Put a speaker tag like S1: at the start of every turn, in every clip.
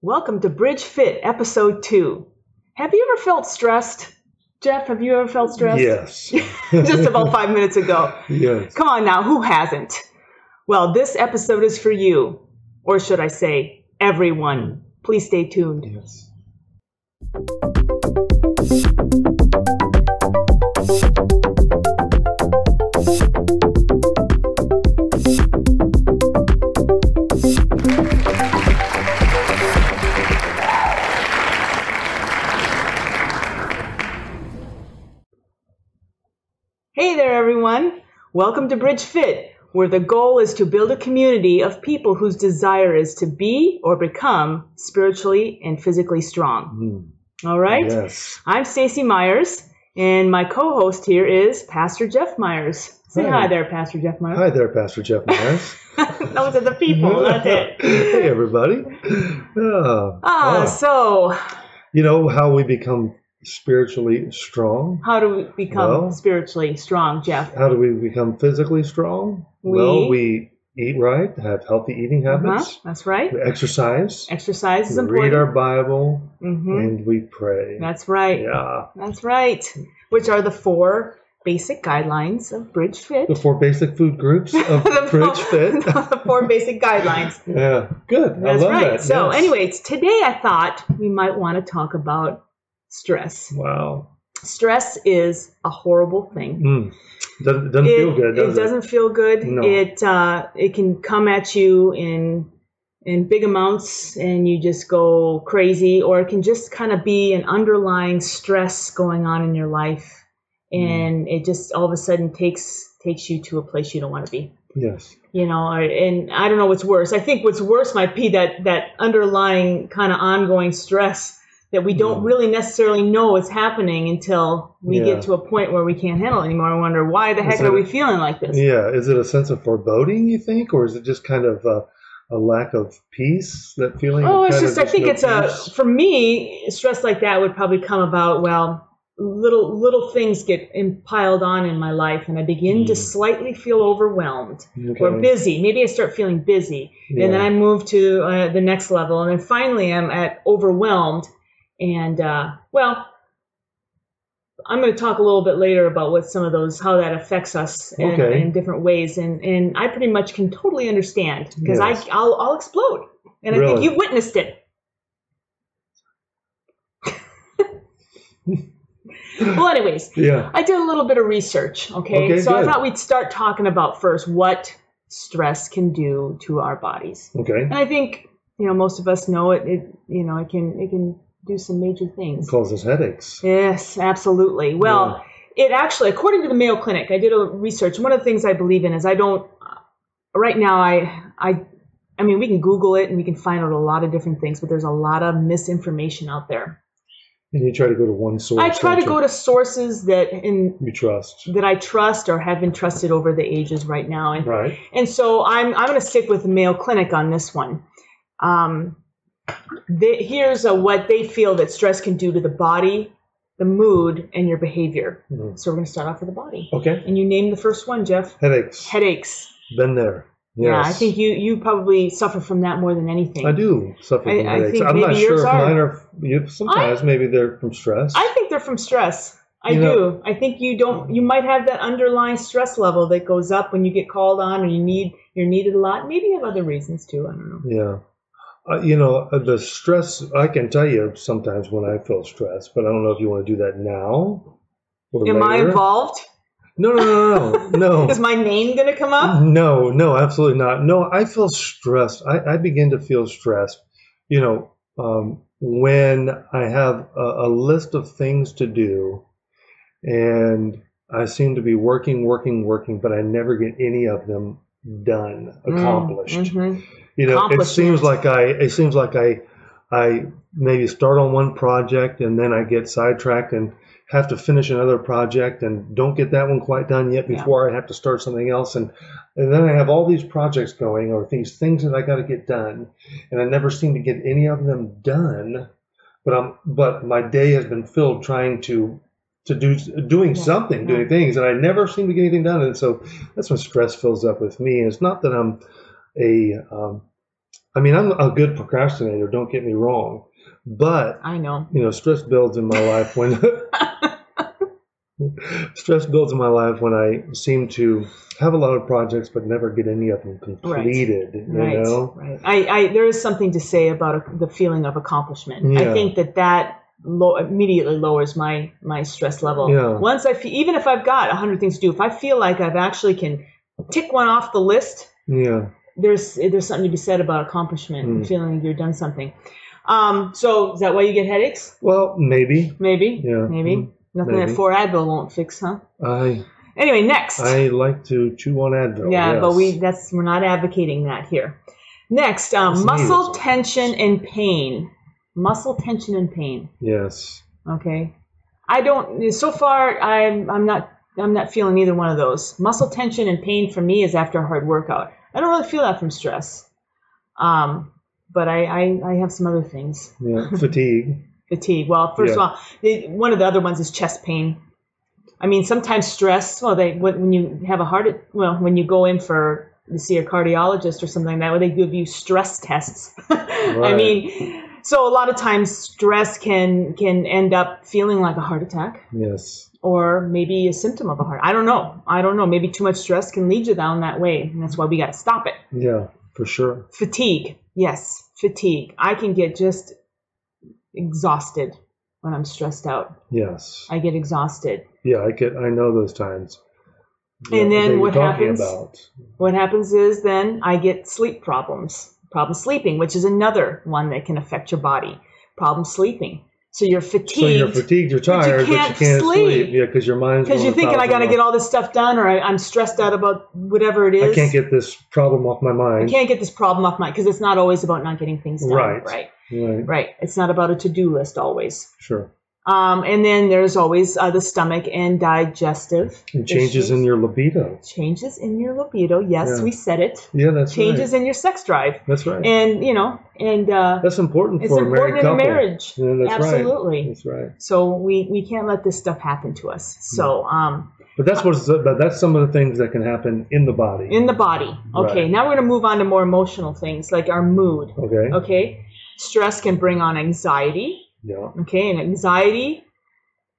S1: Welcome to Bridge Fit, Episode 2. Have you ever felt stressed? Jeff, have you ever felt stressed?
S2: Yes.
S1: Just about five minutes ago.
S2: Yes.
S1: Come on now, who hasn't? Well, this episode is for you, or should I say, everyone. Please stay tuned.
S2: Yes.
S1: Hey there, everyone. Welcome to Bridge Fit, where the goal is to build a community of people whose desire is to be or become spiritually and physically strong.
S2: Mm.
S1: All right?
S2: Yes.
S1: I'm Stacy Myers, and my co host here is Pastor Jeff Myers. Say hi,
S2: Hi.
S1: there, Pastor Jeff Myers.
S2: Hi there, Pastor Jeff Myers.
S1: Those are the people, that's it.
S2: hey, everybody. Yeah.
S1: Ah,
S2: Wow.
S1: so
S2: You know how we become spiritually strong?
S1: how do we become
S2: Well-
S1: spiritually strong, Jeff?
S2: How do we become physically strong?
S1: We-
S2: well, we eat right, have healthy eating
S1: Uh-huh,
S2: habits,
S1: that's right.
S2: we exercise,
S1: Exercise is
S2: we read
S1: important.
S2: our Bible,
S1: hmm
S2: and we pray.
S1: That's right.
S2: yeah.
S1: That's right. Which are the four basic guidelines of Bridge Fit.
S2: The four basic food groups of
S1: The
S2: Bridge
S1: four-
S2: Fit.
S1: the four basic guidelines.
S2: yeah. Good. I
S1: That's
S2: love
S1: right.
S2: that.
S1: So,
S2: Yes.
S1: anyways, today I thought we might want to talk about stress.
S2: Wow.
S1: Stress is a horrible thing.
S2: Mm. Doesn't, doesn't
S1: it,
S2: feel good, does
S1: it doesn't feel good.
S2: No.
S1: It uh, it can come at you in in big amounts, and you just go crazy, or it can just kind of be an underlying stress going on in your life,
S2: Mm-hmm.
S1: and it just all of a sudden takes takes you to a place you don't want to be.
S2: Yes.
S1: You know, or- and I don't know what's worse. I think what's worse might be that that underlying kind of ongoing stress that we don't
S2: Mm.
S1: really necessarily know is happening until we
S2: Yeah.
S1: get to a point where we can't handle it anymore and wonder why the heck
S2: that
S1: are we
S2: it?
S1: feeling like this?
S2: Yeah. Is it a sense of foreboding, you think, or is it just kind of a, a lack of peace? That feeling. of
S1: Oh, it's
S2: kind of
S1: just I think
S2: no
S1: it's a
S2: peace?
S1: for me stress like that would probably come about well little little things get in, piled on in my life and I begin to
S2: Mm.
S1: slightly feel overwhelmed or
S2: Okay.
S1: busy. Maybe I start feeling busy
S2: Yeah.
S1: and then I move to uh, the next level and then finally I'm at overwhelmed and uh, well I'm going to talk a little bit later about what some of those how that affects us in,
S2: Okay.
S1: in different ways and and I pretty much can totally understand because
S2: Yes.
S1: I I'll, I'll explode. And I think
S2: Really?
S1: you witnessed it. well, anyways,
S2: Yeah.
S1: I did a little bit of research, okay?
S2: Okay,
S1: so I
S2: good.
S1: thought we'd start talking about first what stress can do to our bodies.
S2: Okay.
S1: And I think, you know, most of us know it, it you know, it can it can do some major things.
S2: Causes headaches.
S1: Yes, absolutely. Well, it actually, according to the Mayo Clinic, I did a research. One of the things I believe in is I don't. Right now, I, I, I mean, we can Google it and we can find out a lot of different things, but there's a lot of misinformation out there.
S2: And you try to go to one source.
S1: I try to
S2: don't
S1: go to sources that in
S2: you? You trust.
S1: that I trust or have been trusted over the ages right now, and
S2: Right.
S1: and so I'm I'm going to stick with the Mayo Clinic on this one. Um, they, here's uh what they feel that stress can do to the body, the mood, and your behavior.
S2: Mm.
S1: So we're going to start off with the body.
S2: Okay.
S1: And you name the first one, Jeff.
S2: Headaches.
S1: Headaches.
S2: Been there. Yes.
S1: Yeah, I think you you probably suffer from that more than anything.
S2: I do suffer
S1: I-
S2: from
S1: I
S2: headaches.
S1: think
S2: I'm not
S1: maybe
S2: sure
S1: yours
S2: if
S1: are.
S2: mine are. You, sometimes maybe they're from stress.
S1: I think they're from stress. I do.
S2: You know-
S1: I think you don't. You might have that underlying stress level that goes up when you get called on, or you need you're needed a lot. Maybe you have other reasons too. I don't know.
S2: Yeah. Uh, you know, uh, the stress, I can tell you sometimes when I feel stressed, but I don't know if you want to do that now or
S1: Am I
S2: later.
S1: involved?
S2: No, no, no, no,
S1: Is
S2: no.
S1: my name gonna come up?
S2: no, no, absolutely not. No, I feel stressed. I, I begin to feel stressed, you know, um, when I have a, a list of things to do and I seem to be working, working, working, but I never get any of them done,
S1: Mm,
S2: accomplished.
S1: Mhm.
S2: you know it
S1: accomplishment.
S2: seems like i it seems like i i maybe start on one project and then i get sidetracked and have to finish another project and don't get that one quite done yet
S1: Yeah.
S2: before i have to start something else and and then i have all these projects going or these things that i got to get done and i never seem to get any of them done but i'm but my day has been filled trying to to do doing
S1: Yeah.
S2: something doing things and i never seem to get anything done and so that's when stress fills up with me and it's not that i'm a um, I mean, I'm a good procrastinator. Don't get me wrong, but
S1: I know.
S2: you know, stress builds in my life when stress builds in my life when I seem to have a lot of projects but never get any of them completed. You
S1: Right.
S2: know,
S1: Right. I, I there is something to say about a, the feeling of accomplishment.
S2: Yeah.
S1: I think that that low, immediately lowers my my stress level.
S2: Yeah.
S1: Once I fe- even if I've got a hundred things to do, if I feel like I've actually can tick one off the list,
S2: yeah,
S1: there's there's something to be said about accomplishment
S2: Mm.
S1: and feeling like you've done something. Um, so is that why you get headaches?
S2: well, maybe
S1: Maybe.
S2: Yeah.
S1: Maybe.
S2: Mm.
S1: Nothing
S2: Maybe.
S1: that four Advil won't fix, huh?
S2: I
S1: Anyway, next.
S2: I like to chew on Advil.
S1: Yeah, but
S2: yes.
S1: we that's we're not advocating that here. Next, uh,
S2: It's
S1: muscle
S2: needed.
S1: tension and pain. Muscle tension and pain.
S2: yes,
S1: Okay, I don't. So far, I'm I'm not I'm not feeling either one of those. Muscle tension and pain for me is after a hard workout. I don't really feel that from stress. Um, but I I, I have some other things.
S2: yeah, fatigue.
S1: Fatigue. Well, first
S2: Yeah.
S1: of all, the, one of the other ones is chest pain. I mean, sometimes stress. Well, they when when you have a heart. Well, when you go in for to see a cardiologist or something like that, where they give you stress tests. I
S2: Right.
S1: mean, so a lot of times stress can can end up feeling like a heart attack
S2: Yes,
S1: or maybe a symptom of a heart. I don't know. I don't know. Maybe too much stress can lead you down that way, and that's why we got to stop it
S2: yeah, for sure.
S1: fatigue yes fatigue i can get just exhausted when i'm stressed out
S2: Yes,
S1: i get exhausted
S2: yeah, I get. I know those times.
S1: And
S2: that-
S1: then
S2: that you're
S1: what
S2: talking
S1: happens?
S2: About.
S1: what happens is then i get sleep problems problem sleeping which is another one that can affect your body problem sleeping so you're
S2: So you're
S1: fatigued
S2: fatigued, you're tired, but you can't,
S1: can't
S2: sleep.
S1: sleep.
S2: Yeah, because your mind's
S1: because you're
S2: going
S1: thinking i got to
S2: 1,000
S1: get all this stuff done or I, i'm stressed out about whatever it is
S2: I can't get this problem off my
S1: I
S2: mind.
S1: can't get this problem off my because it's not always about not getting things done
S2: Right.
S1: right
S2: Right.
S1: right it's not about a to-do list always
S2: Sure.
S1: Um, and then there's always uh, the stomach and digestive.
S2: And changes in your libido.
S1: changes in your libido. Yes,
S2: Yeah.
S1: we said it.
S2: Yeah, that's
S1: Changes
S2: right.
S1: in your sex drive,
S2: That's right.
S1: and you know, and uh,
S2: that's important
S1: it's
S2: for a
S1: important
S2: married
S1: in a
S2: couple.
S1: marriage.
S2: Yeah, that's
S1: Absolutely.
S2: right. That's right.
S1: So we we can't let this stuff happen to
S2: Hmm.
S1: us. So um,
S2: But that's what's but that's some of the things that can happen in the body.
S1: in the body. Okay,
S2: Right.
S1: now we're gonna move on to more emotional things like our mood.
S2: okay.
S1: Okay, stress can bring on anxiety.
S2: Yeah.
S1: Okay, and anxiety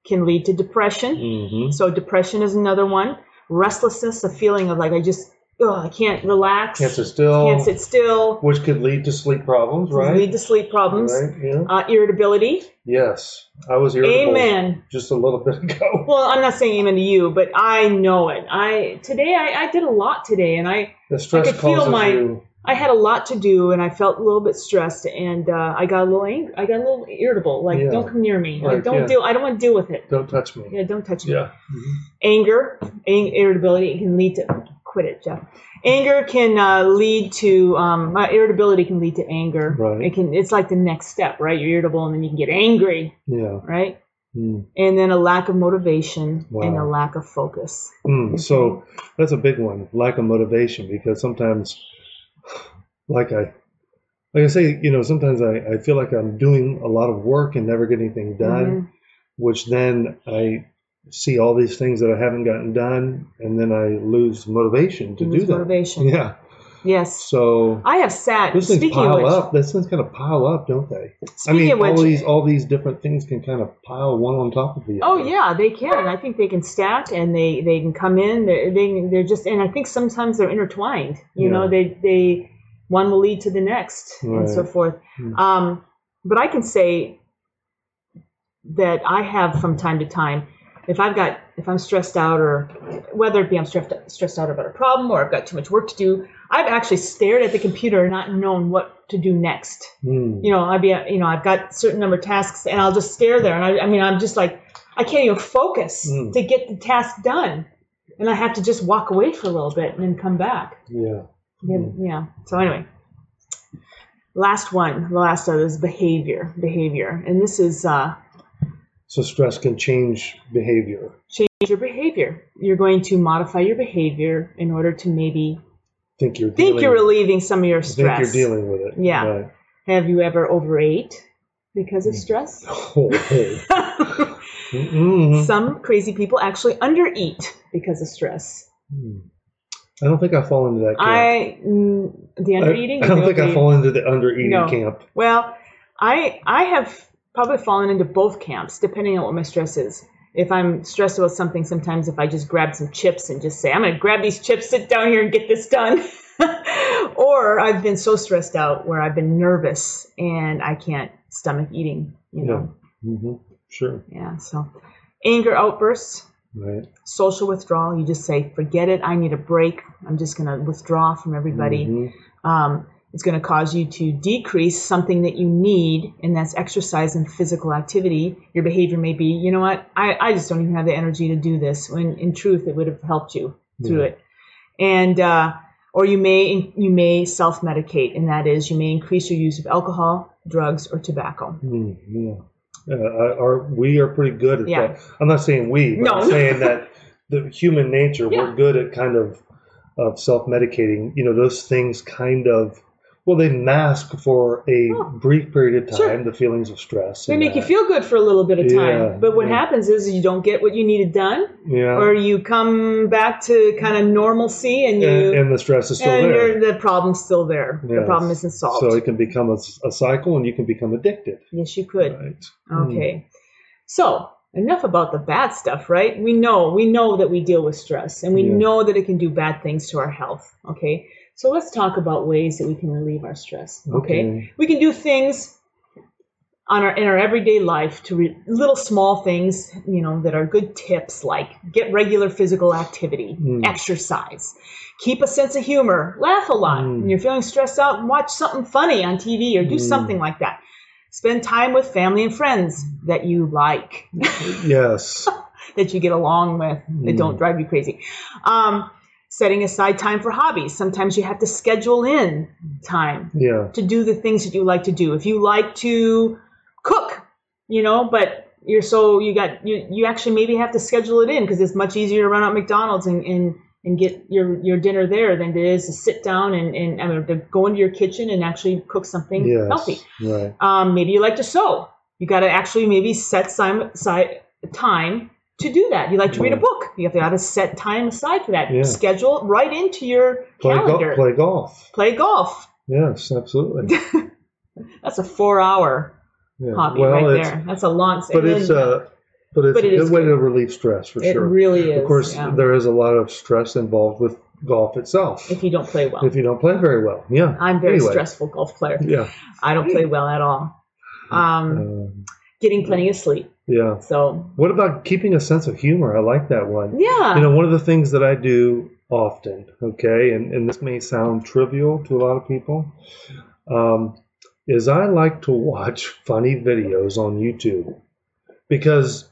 S1: can lead to depression.
S2: hmm
S1: So depression is another one. Restlessness, a feeling of like I just ugh, I can't relax,
S2: Can't sit still.
S1: can't sit still,
S2: Which could lead to sleep problems, right?
S1: lead to sleep problems,
S2: Right. Yeah.
S1: uh, irritability.
S2: Yes. I was irritable
S1: Amen.
S2: just a little bit ago.
S1: Well, I'm not saying amen to you, but I know it. I today I, I did a lot today, and I
S2: The stress
S1: could feel
S2: causes
S1: my-
S2: you.
S1: I had a lot to do, and I felt a little bit stressed, and uh, I got a little angry, I got a little irritable. Like
S2: Yeah.
S1: don't come near me.
S2: Right,
S1: like don't
S2: yeah.
S1: deal. I don't want to deal with it.
S2: Don't touch me.
S1: Yeah, don't touch me.
S2: Yeah. Mhm.
S1: anger, ang- irritability it can lead to quit it, Jeff. Anger can uh, lead to um, uh, irritability can lead to anger.
S2: Right.
S1: It can. It's like the next step, right? You're irritable, and then you can get angry,
S2: Yeah.
S1: right?
S2: Mm.
S1: And then a lack of motivation and a
S2: Wow.
S1: lack of focus.
S2: Mm, so that's a big one, lack of motivation, because sometimes, like I, like I say, you know, sometimes I, I feel like I'm doing a lot of work and never get anything done,
S1: Mm-hmm.
S2: which then I see all these things that I haven't gotten done, and then I lose motivation to
S1: You lose
S2: do them.
S1: motivation.
S2: Yeah.
S1: Yes.
S2: So
S1: I have sat.
S2: those things
S1: Speaking of
S2: pile
S1: which,
S2: up. Those things kind of pile up, don't they?
S1: speaking
S2: I mean,
S1: of which,
S2: all these all these different things can kind of pile one on top of the
S1: Oh
S2: other.
S1: yeah, they can. I think they can stack and they they can come in. They they they're just and I think sometimes they're intertwined. You know,
S2: Yeah.
S1: they they one will lead to the next and so
S2: Right.
S1: forth.
S2: Hmm.
S1: Um, but I can say that I have from time to time if I've got if I'm stressed out or whether it be I'm stressed stressed out about a problem or I've got too much work to do, I've actually stared at the computer and not known what to do next
S2: Mm.
S1: you know, I'd be, you know, I've got certain number of tasks and I'll just stare there. And I, I mean, I'm just like, I can't even focus
S2: Mm.
S1: to get the task done. And I have to just walk away for a little bit and then come back.
S2: Yeah. Mm.
S1: And, Yeah. So anyway, last one, the last of is behavior, behavior. And this is, uh,
S2: So stress can change behavior.
S1: change your behavior. You're going to modify your behavior in order to maybe
S2: think you're
S1: think
S2: dealing,
S1: you're relieving some of your stress.
S2: think you're dealing with it.
S1: Yeah.
S2: Right.
S1: Have you ever overate because of stress?
S2: Oh, mm-hmm. hey. Mm-mm. Mm.
S1: Some crazy people actually undereat because of stress.
S2: Mm. I don't think I fall into that camp.
S1: I mm, the under eating.
S2: I, I don't think I fall into the under eating
S1: No.
S2: camp.
S1: Well, I I have probably fallen into both camps depending on what my stress is. If I'm stressed about something, sometimes if I just grab some chips and just say, I'm going to grab these chips, sit down here and get this done. or I've been so stressed out where I've been nervous and I can't stomach eating, you know.
S2: hmm Sure.
S1: Yeah, so anger outbursts,
S2: Right.
S1: social withdrawal, you just say, forget it, I need a break. I'm just going to withdraw from everybody
S2: Mhm.
S1: um, it's going to cause you to decrease something that you need, and that's exercise and physical activity. Your behavior may be, you know what, I, I just don't even have the energy to do this. When in truth, it would have helped you through
S2: Yeah.
S1: it, and uh, or you may you may self medicate, and that is you may increase your use of alcohol, drugs, or tobacco.
S2: Mm, yeah. Uh, I- our, we are pretty good at
S1: Yeah.
S2: that. I'm not saying we, but
S1: No.
S2: I'm saying that the human nature,
S1: Yeah.
S2: we're good at kind of of self-medicating. You know, those things kind of well, they mask for a
S1: Oh.
S2: brief period of time
S1: Sure.
S2: the feelings of stress.
S1: They
S2: and
S1: make you
S2: that.
S1: feel good for a little bit of time,
S2: Yeah,
S1: but what
S2: yeah.
S1: happens is you don't get what you needed done,
S2: yeah,
S1: or you come back to kind of normalcy, and you
S2: and, and the stress is still
S1: and
S2: there.
S1: you're- the problem's still there. The
S2: Yes.
S1: problem isn't solved.
S2: So it can become a, s- a cycle, and you can become addicted.
S1: yes, you could.
S2: Right. Mm.
S1: Okay. So enough about the bad stuff, right? We know we know that we deal with stress, and we
S2: Yeah.
S1: know that it can do bad things to our health. Okay. So let's talk about ways that we can relieve our stress. Okay.
S2: Okay.
S1: We can do things on our in our everyday life to re, little small things, you know, that are good tips like get regular physical activity,
S2: Mm.
S1: exercise, keep a sense of humor, laugh a lot.
S2: Mm.
S1: When you're feeling stressed out, watch something funny on TV or do
S2: Mm.
S1: something like that. Spend time with family and friends that you like,
S2: Yes.
S1: that you get along with, that
S2: Mm.
S1: don't drive you crazy. Um, setting aside time for hobbies. Sometimes you have to schedule in time
S2: Yeah.
S1: to do the things that you like to do. If you like to cook, you know, but you're so you got you you actually maybe have to schedule it in because it's much easier to run out McDonald's and and and get your your dinner there than it is to sit down and and I mean, to go into your kitchen and actually cook something
S2: Yes.
S1: healthy.
S2: Right.
S1: Um, maybe you like to sew. You got to actually maybe set time, si- time to do that. You like to read a
S2: Yeah.
S1: book. You have to, gotta set time aside for that.
S2: Yeah.
S1: Schedule it right into your
S2: Play, go-
S1: calendar.
S2: play golf.
S1: play golf.
S2: Yes, absolutely.
S1: That's a four hour
S2: Yeah.
S1: hobby
S2: well,
S1: right
S2: it's,
S1: there. That's a long.
S2: but it's a but it's
S1: But
S2: a
S1: it
S2: good
S1: is
S2: way
S1: good.
S2: to relieve stress for
S1: it
S2: sure.
S1: really is.
S2: of course,
S1: yeah.
S2: there is a lot of stress involved with golf itself
S1: if you don't play well,
S2: if you don't play very well. Yeah,
S1: I'm a very
S2: anyway.
S1: stressful golf player.
S2: yeah,
S1: I don't play well at all. Um,
S2: um,
S1: getting plenty of sleep.
S2: yeah.
S1: So
S2: What about keeping a sense of humor? I like that one.
S1: yeah,
S2: You know, one of the things that I do often, okay, and, and this may sound trivial to a lot of people, um, is I like to watch funny videos on YouTube because,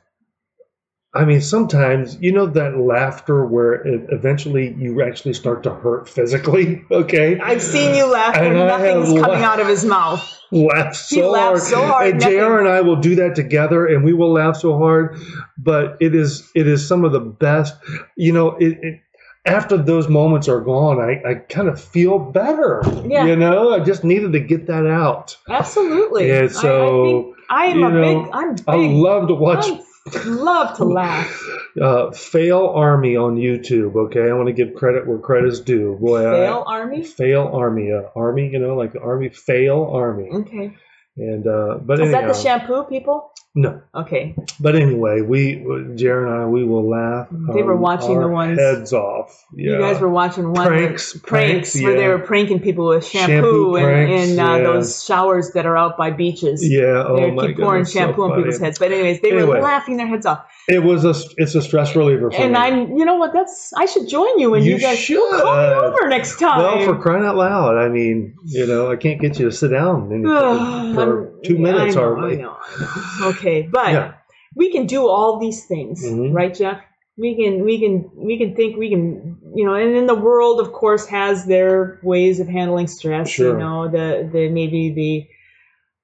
S2: I mean, sometimes, you know, that laughter where it, eventually you actually start to hurt physically, okay?
S1: I've seen you laugh when
S2: And I
S1: nothing's
S2: have
S1: coming
S2: laugh-
S1: out of his mouth.
S2: laugh so
S1: He
S2: hard.
S1: laughs so hard,
S2: And JR and I will do that together, and we will laugh so hard. But it is it is some of the best. You know, it, it after those moments are gone, I, I kind of feel better.
S1: Yeah.
S2: You know, I just needed to get that out.
S1: Absolutely.
S2: Yeah,
S1: I-
S2: so,
S1: I, am
S2: you
S1: a
S2: know,
S1: big. I'm big.
S2: I love to watch
S1: I love to laugh.
S2: uh, Fail Army on YouTube. Okay, I want to give credit where credit's due. Boy,
S1: Fail
S2: I,
S1: army.
S2: Fail Army, uh, Army. You know, like the Army. Fail Army.
S1: Okay.
S2: And uh, but
S1: Mm-hmm. Is
S2: anyhow,
S1: that the shampoo people?
S2: no.
S1: Okay.
S2: But anyway, we Jared and I we will laugh.
S1: They were
S2: um,
S1: watching
S2: our
S1: the ones-
S2: heads off. Yeah.
S1: You guys were watching one where-
S2: Pranks,
S1: pranks,
S2: pranks,
S1: where they
S2: yeah.
S1: were pranking people with shampoo,
S2: Shampoo
S1: in
S2: pranks,
S1: in uh,
S2: yeah.
S1: those showers that are out by beaches.
S2: yeah.
S1: They
S2: Oh
S1: would
S2: my
S1: keep pouring
S2: goodness, so
S1: shampoo on
S2: funny.
S1: people's heads. But anyways, they were
S2: Anyway.
S1: laughing their heads off.
S2: It was a it's a stress reliever for
S1: And
S2: me.
S1: I'm, you know what? That's I should join you when you,
S2: You
S1: guys
S2: should.
S1: Well, call me over next time.
S2: well, for crying out loud! I mean, you know, I can't get you to sit down any,
S1: Ugh,
S2: for
S1: I'm-
S2: two minutes
S1: I know,
S2: hardly.
S1: I know, I know. Okay, but
S2: Yeah.
S1: we can do all these things,
S2: Mhm.
S1: right, Jeff? We can, we can, we can think we can, you know. And then the world, of course, has their ways of handling stress. You
S2: Sure.
S1: know, the the maybe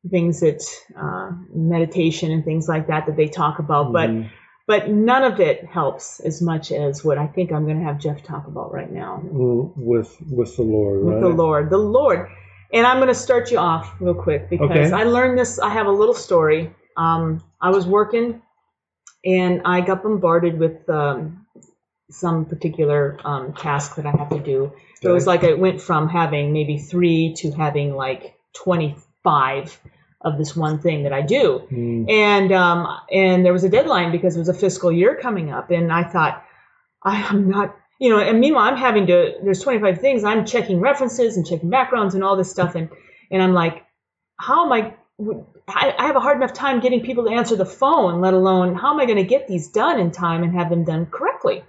S1: the things that uh, meditation and things like that that they talk about, but.
S2: Mhm.
S1: But none of it helps as much as what I think I'm going to have Jeff talk about right now
S2: Mm, with with the Lord,
S1: with
S2: right?
S1: the Lord. The Lord. And I'm going to start you off real quick because
S2: Okay.
S1: I learned this. I have a little story. Um, I was working and I got bombarded with um, some particular um, task that I have to do. It was like it went from having maybe three to having like 25 of this one thing that I do.
S2: Mm,
S1: And um, and there was a deadline because it was a fiscal year coming up, and I thought I am not, you know. And meanwhile, I'm having to. There's 25 things. I'm checking references and checking backgrounds and all this stuff, and and I'm like, how am I? I I have a hard enough time getting people to answer the phone, let alone how am I going to get these done in time and have them done correctly?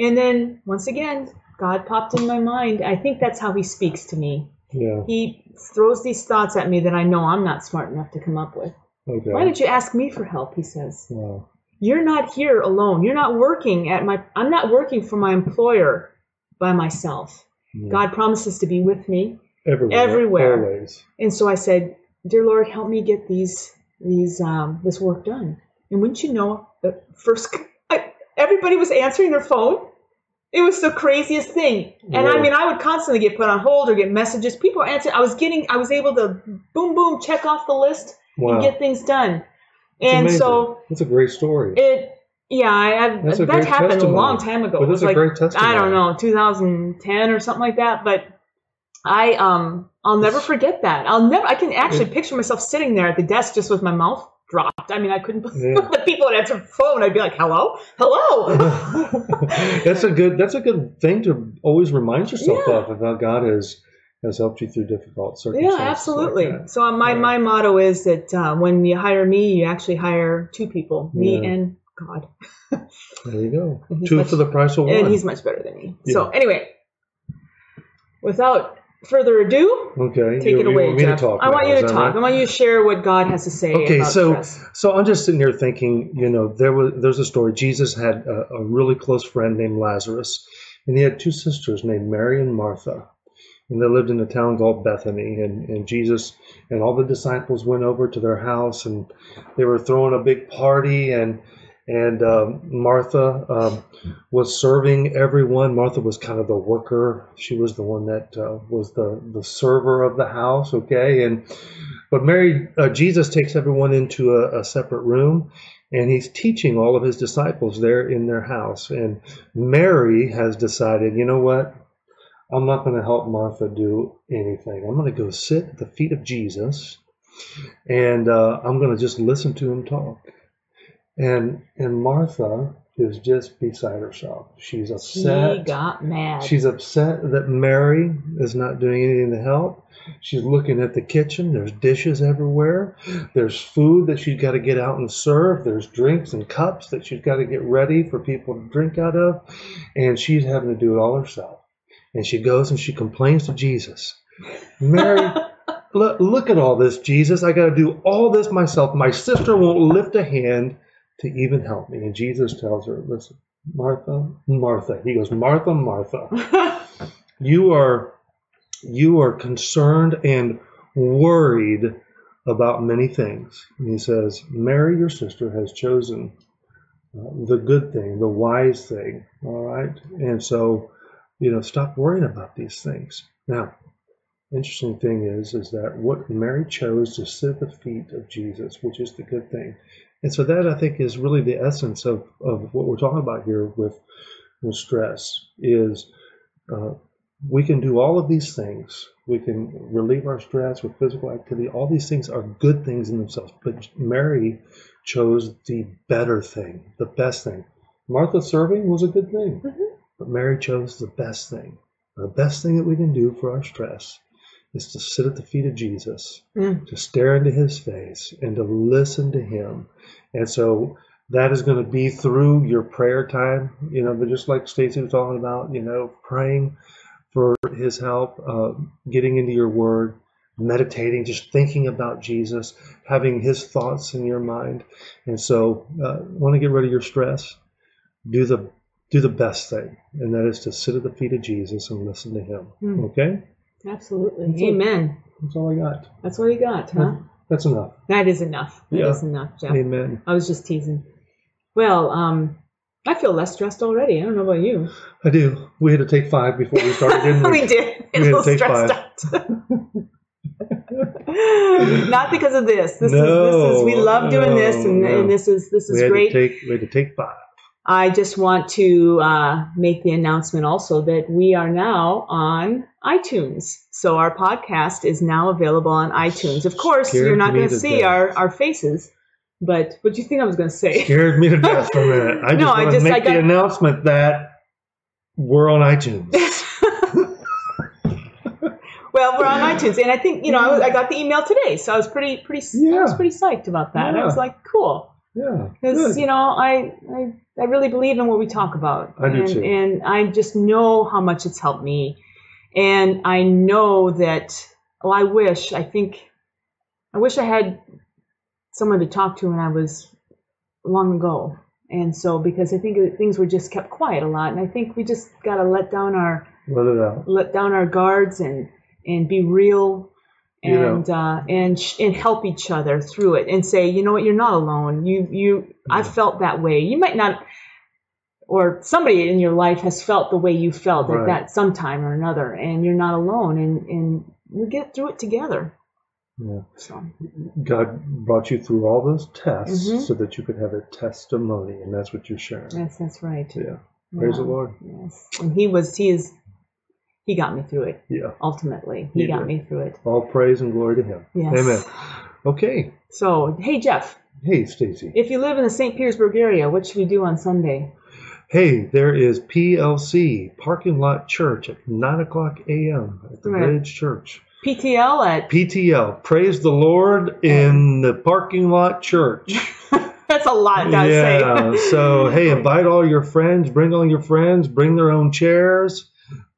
S1: And then once again, God popped in my mind. I think that's how He speaks to me.
S2: yeah.
S1: He throws these thoughts at me that I know I'm not smart enough to come up with.
S2: Okay.
S1: Why don't you ask me for help? He says.
S2: Wow.
S1: You're not here alone. You're not working at my, I'm not working for my employer by myself.
S2: Mm.
S1: God promises to be with me.
S2: everywhere,
S1: everywhere.
S2: always.
S1: And so I said, Dear Lord, help me get these, these, um, this work done. And wouldn't you know, the first, I, everybody was answering their phone. It was the craziest thing. And I
S2: Whoa.
S1: mean, I would constantly get put on hold or get messages. People answered. I was getting, I was able to boom, boom, check off the list
S2: Wow.
S1: and get things done.
S2: It's
S1: and
S2: amazing.
S1: so
S2: that's a great story.
S1: it, yeah, I, I,
S2: That's a
S1: that
S2: great
S1: happened
S2: testimony.
S1: a long time ago.
S2: But
S1: it was
S2: that's a
S1: like
S2: great testimony.
S1: I don't know, 2010 or something like that. But I, um, I'll never forget that. I'll never. I can actually picture myself sitting there at the desk just with my mouth dropped. I mean, I couldn't believe
S2: Yeah.
S1: the people would answer the phone. I'd be like, "Hello, hello."
S2: that's a good. That's a good thing to always remind yourself
S1: Yeah.
S2: of of how God has has helped you through difficult
S1: yeah,
S2: circumstances. like
S1: absolutely.
S2: that.
S1: So uh, my
S2: Yeah.
S1: my motto is that uh, when you hire me, you actually hire two people, me
S2: Yeah.
S1: and God,
S2: There you go.
S1: And he's
S2: Two
S1: much-
S2: for the price of one.
S1: and He's much better than me. So anyway, without further ado.
S2: okay.
S1: Take
S2: you,
S1: it
S2: you
S1: away,
S2: want me
S1: Jeff.
S2: To talk
S1: I want
S2: now,
S1: you
S2: is
S1: to
S2: that
S1: talk.
S2: right?
S1: I want you to share what God has to say.
S2: Okay,
S1: about
S2: so
S1: stress.
S2: so I'm just sitting here thinking, you know, there was there's a story. Jesus had a, a really close friend named Lazarus, and he had two sisters named Mary and Martha, and they lived in a town called Bethany. And, and Jesus and all the disciples went over to their house, and they were throwing a big party, and and um, Martha um, was serving everyone. Martha was kind of the worker. She was the one that uh, was the the server of the house. Okay, and but Mary, uh, Jesus takes everyone into a, a separate room, and he's teaching all of his disciples there in their house. And Mary has decided, you know what? I'm not going to help Martha do anything. I'm going to go sit at the feet of Jesus, and uh, I'm going to just listen to him talk. And and Martha is just beside herself. She's upset.
S1: He got mad.
S2: She's upset that Mary is not doing anything to help. She's looking at the kitchen. There's dishes everywhere. There's food that she's got to get out and serve. There's drinks and cups that she's got to get ready for people to drink out of. And she's having to do it all herself. And she goes and she complains to Jesus Mary, look, look at all this, Jesus. I got to do all this myself. My sister won't lift a hand to even help me. And Jesus tells her, Listen, Martha, Martha. He goes, Martha, Martha you are you are concerned and worried about many things and he says mary your sister has chosen uh, the good thing the wise thing all right and so you know stop worrying about these things now interesting thing is is that what mary chose to sit at the feet of jesus which is the good thing and so that i think is really the essence of, of what we're talking about here with with stress is uh, we can do all of these things. We can relieve our stress with physical activity. All these things are good things in themselves. But Mary chose the better thing, the best thing. Martha serving was a good thing, but Mary chose the best thing. The best thing that we can do for our stress is to sit at the feet of Jesus,
S1: Mm.
S2: to stare into his face, and to listen to him. And so that is going to be through your prayer time. You know, but just like Stacy was talking about, you know, praying for his help, uh, getting into your word, meditating, just thinking about Jesus, having his thoughts in your mind. And so, uh, want to get rid of your stress? Do the do the best thing, and that is to sit at the feet of Jesus and listen to him.
S1: Hmm.
S2: Okay,
S1: Absolutely.
S2: That's it.
S1: Amen.
S2: that's all I got.
S1: That's what he got, huh?
S2: That's enough.
S1: That is enough. That is
S2: Yeah.
S1: enough, Jeff.
S2: Amen.
S1: I was just teasing. Well, um, I feel less stressed already. I don't know about you.
S2: I do. We had to take five before we started, didn't
S1: we
S2: we?
S1: did.
S2: we
S1: It
S2: had to
S1: was
S2: take
S1: stressed out. Not because of this. This is this is we
S2: No,
S1: love doing this and,
S2: no, no.
S1: and this is this
S2: We
S1: is
S2: had
S1: great.
S2: to take. We had to take five.
S1: I just want to uh, make the announcement also that we are now on iTunes. So our podcast is now available on iTunes. Of course,
S2: Scared
S1: you're not
S2: me
S1: going to
S2: to
S1: see
S2: death.
S1: our, our faces, but what do you think I was going to say?
S2: Scared me to death for a minute. I just
S1: No, I
S2: want
S1: just-
S2: to
S1: I
S2: make
S1: got-
S2: the announcement that we're on iTunes.
S1: well, we're on iTunes, and I think you know I, was, I got the email today, so I was pretty pretty I was
S2: Yeah.
S1: pretty psyched about that. I was
S2: Yeah.
S1: like, cool,
S2: Yeah.
S1: because
S2: good.
S1: you know I, I I really believe in what we talk about,
S2: I do
S1: and,
S2: too.
S1: and I just know how much it's helped me, and I know that. Well, I wish I think I wish I had someone to talk to when I was long ago. And so, because I think that things were just kept quiet a lot, and I think we just got to let down our
S2: Let it out.
S1: let down our guards and and be real
S2: Yeah.
S1: and uh, and sh- and help each other through it and say you know what you're not alone you you I felt that way you might not or somebody in your life has felt the way you felt
S2: Right.
S1: at that sometime or another and you're not alone and and we get through it together
S2: Yeah.
S1: so
S2: God brought you through all those tests
S1: Mhm.
S2: so that you could have a testimony, and that's what you're sharing.
S1: yes that's right
S2: Yeah. Praise the
S1: Yeah.
S2: Lord.
S1: yes and he was he is he got me through it
S2: Yeah.
S1: ultimately he,
S2: He
S1: got
S2: did.
S1: me through it
S2: All praise and glory to Him.
S1: yes
S2: Amen. Okay.
S1: so hey Jeff
S2: Hey, Stacy.
S1: If you live in the St. Petersburg area, what should we do on Sunday?
S2: Hey, there is PLC Parking Lot Church at nine o'clock a.m. at the
S1: Right.
S2: Bridge Church.
S1: PTL at
S2: PTL, praise the Lord in the parking lot church.
S1: that's a lot to
S2: yeah.
S1: say.
S2: so hey, invite all your friends. Bring all your friends. Bring their own chairs.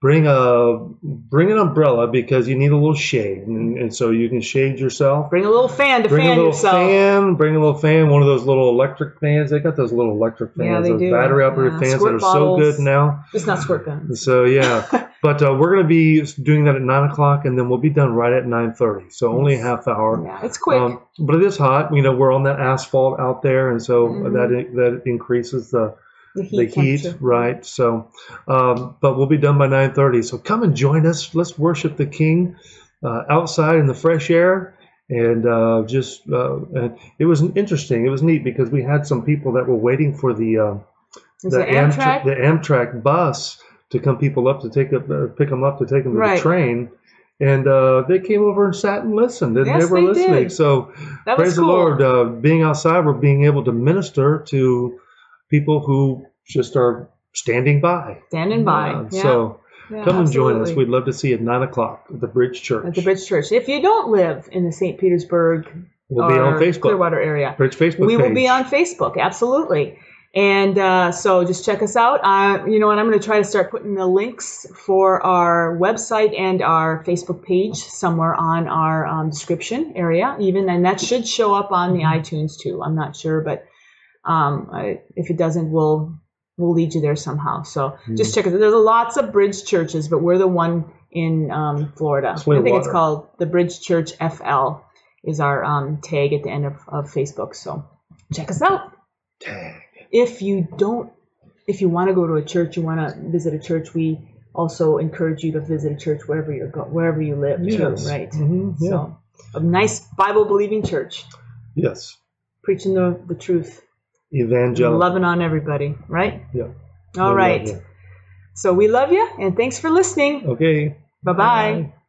S2: Bring a bring an umbrella because you need a little shade, and, and so you can shade yourself.
S1: Bring a little fan to
S2: Bring a
S1: fan
S2: little
S1: yourself.
S2: fan. Bring a little fan. One of those little electric fans. They got those little electric fans.
S1: Yeah, they
S2: those
S1: do.
S2: battery operated
S1: Yeah,
S2: fans that
S1: squirt
S2: are so
S1: bottles.
S2: good now.
S1: It's not squirt gun.
S2: So yeah, but uh, we're gonna be doing that at nine o'clock, and then we'll be done right at nine thirty. So only a
S1: Yes.
S2: half hour.
S1: Yeah, it's quick.
S2: Um, but it is hot. You know, we're on that asphalt out there, and so
S1: Mhm.
S2: that that increases the
S1: the heat,
S2: the heat,
S1: temperature.
S2: right? So, um, but we'll be done by nine thirty. So come and join us. Let's worship the King uh, outside in the fresh air. And uh, just uh, and it was interesting. It was neat because we had some people that were waiting for the uh,
S1: There's
S2: the
S1: an Amtrak.
S2: the Amtrak bus to come people up to take up, uh, pick them up to take them to
S1: Right.
S2: the train, and uh, they came over and sat and listened, and
S1: Yes,
S2: they were
S1: they
S2: listening.
S1: did.
S2: So
S1: that was
S2: praise
S1: cool.
S2: the Lord, uh, being outside, we're being able to minister to people who just are standing by.
S1: Standing by.
S2: Uh,
S1: Yeah.
S2: So
S1: Yeah,
S2: come and join us.
S1: absolutely.
S2: We'd love to see you at nine o'clock at the Bridge Church.
S1: at the Bridge Church. If you don't live in the St. Petersburg
S2: we'll be on
S1: or
S2: Facebook,
S1: Clearwater area,
S2: Bridge Facebook
S1: we will
S2: page.
S1: be on Facebook, absolutely. And uh, so just check us out. Uh, you know, and I'm going to try to start putting the links for our website and our Facebook page somewhere on our um, description area, even. And that should show up on the
S2: Mm-hmm.
S1: iTunes too. I'm not sure, but um, I, if it doesn't, we'll we'll lead you there somehow. So
S2: Hmm.
S1: just check it. There's lots of Bridge churches, but we're the one in um, Florida. I think it's
S2: Clearwater.
S1: called the Bridge Church FL is our um, tag at the end of, of Facebook. So check us out.
S2: Tag.
S1: If you don't, if you want to go to a church, you want to visit a church, we also encourage you to visit a church wherever you go, wherever you live, too,
S2: Yes.
S1: right?
S2: Mhm, yeah.
S1: So a nice Bible believing church,
S2: Yes.
S1: preaching the, the truth,
S2: Evangelical.
S1: loving on everybody, right?
S2: Yeah.
S1: All
S2: We love
S1: right.
S2: you.
S1: So we love you and thanks for listening.
S2: Okay.
S1: Bye-bye.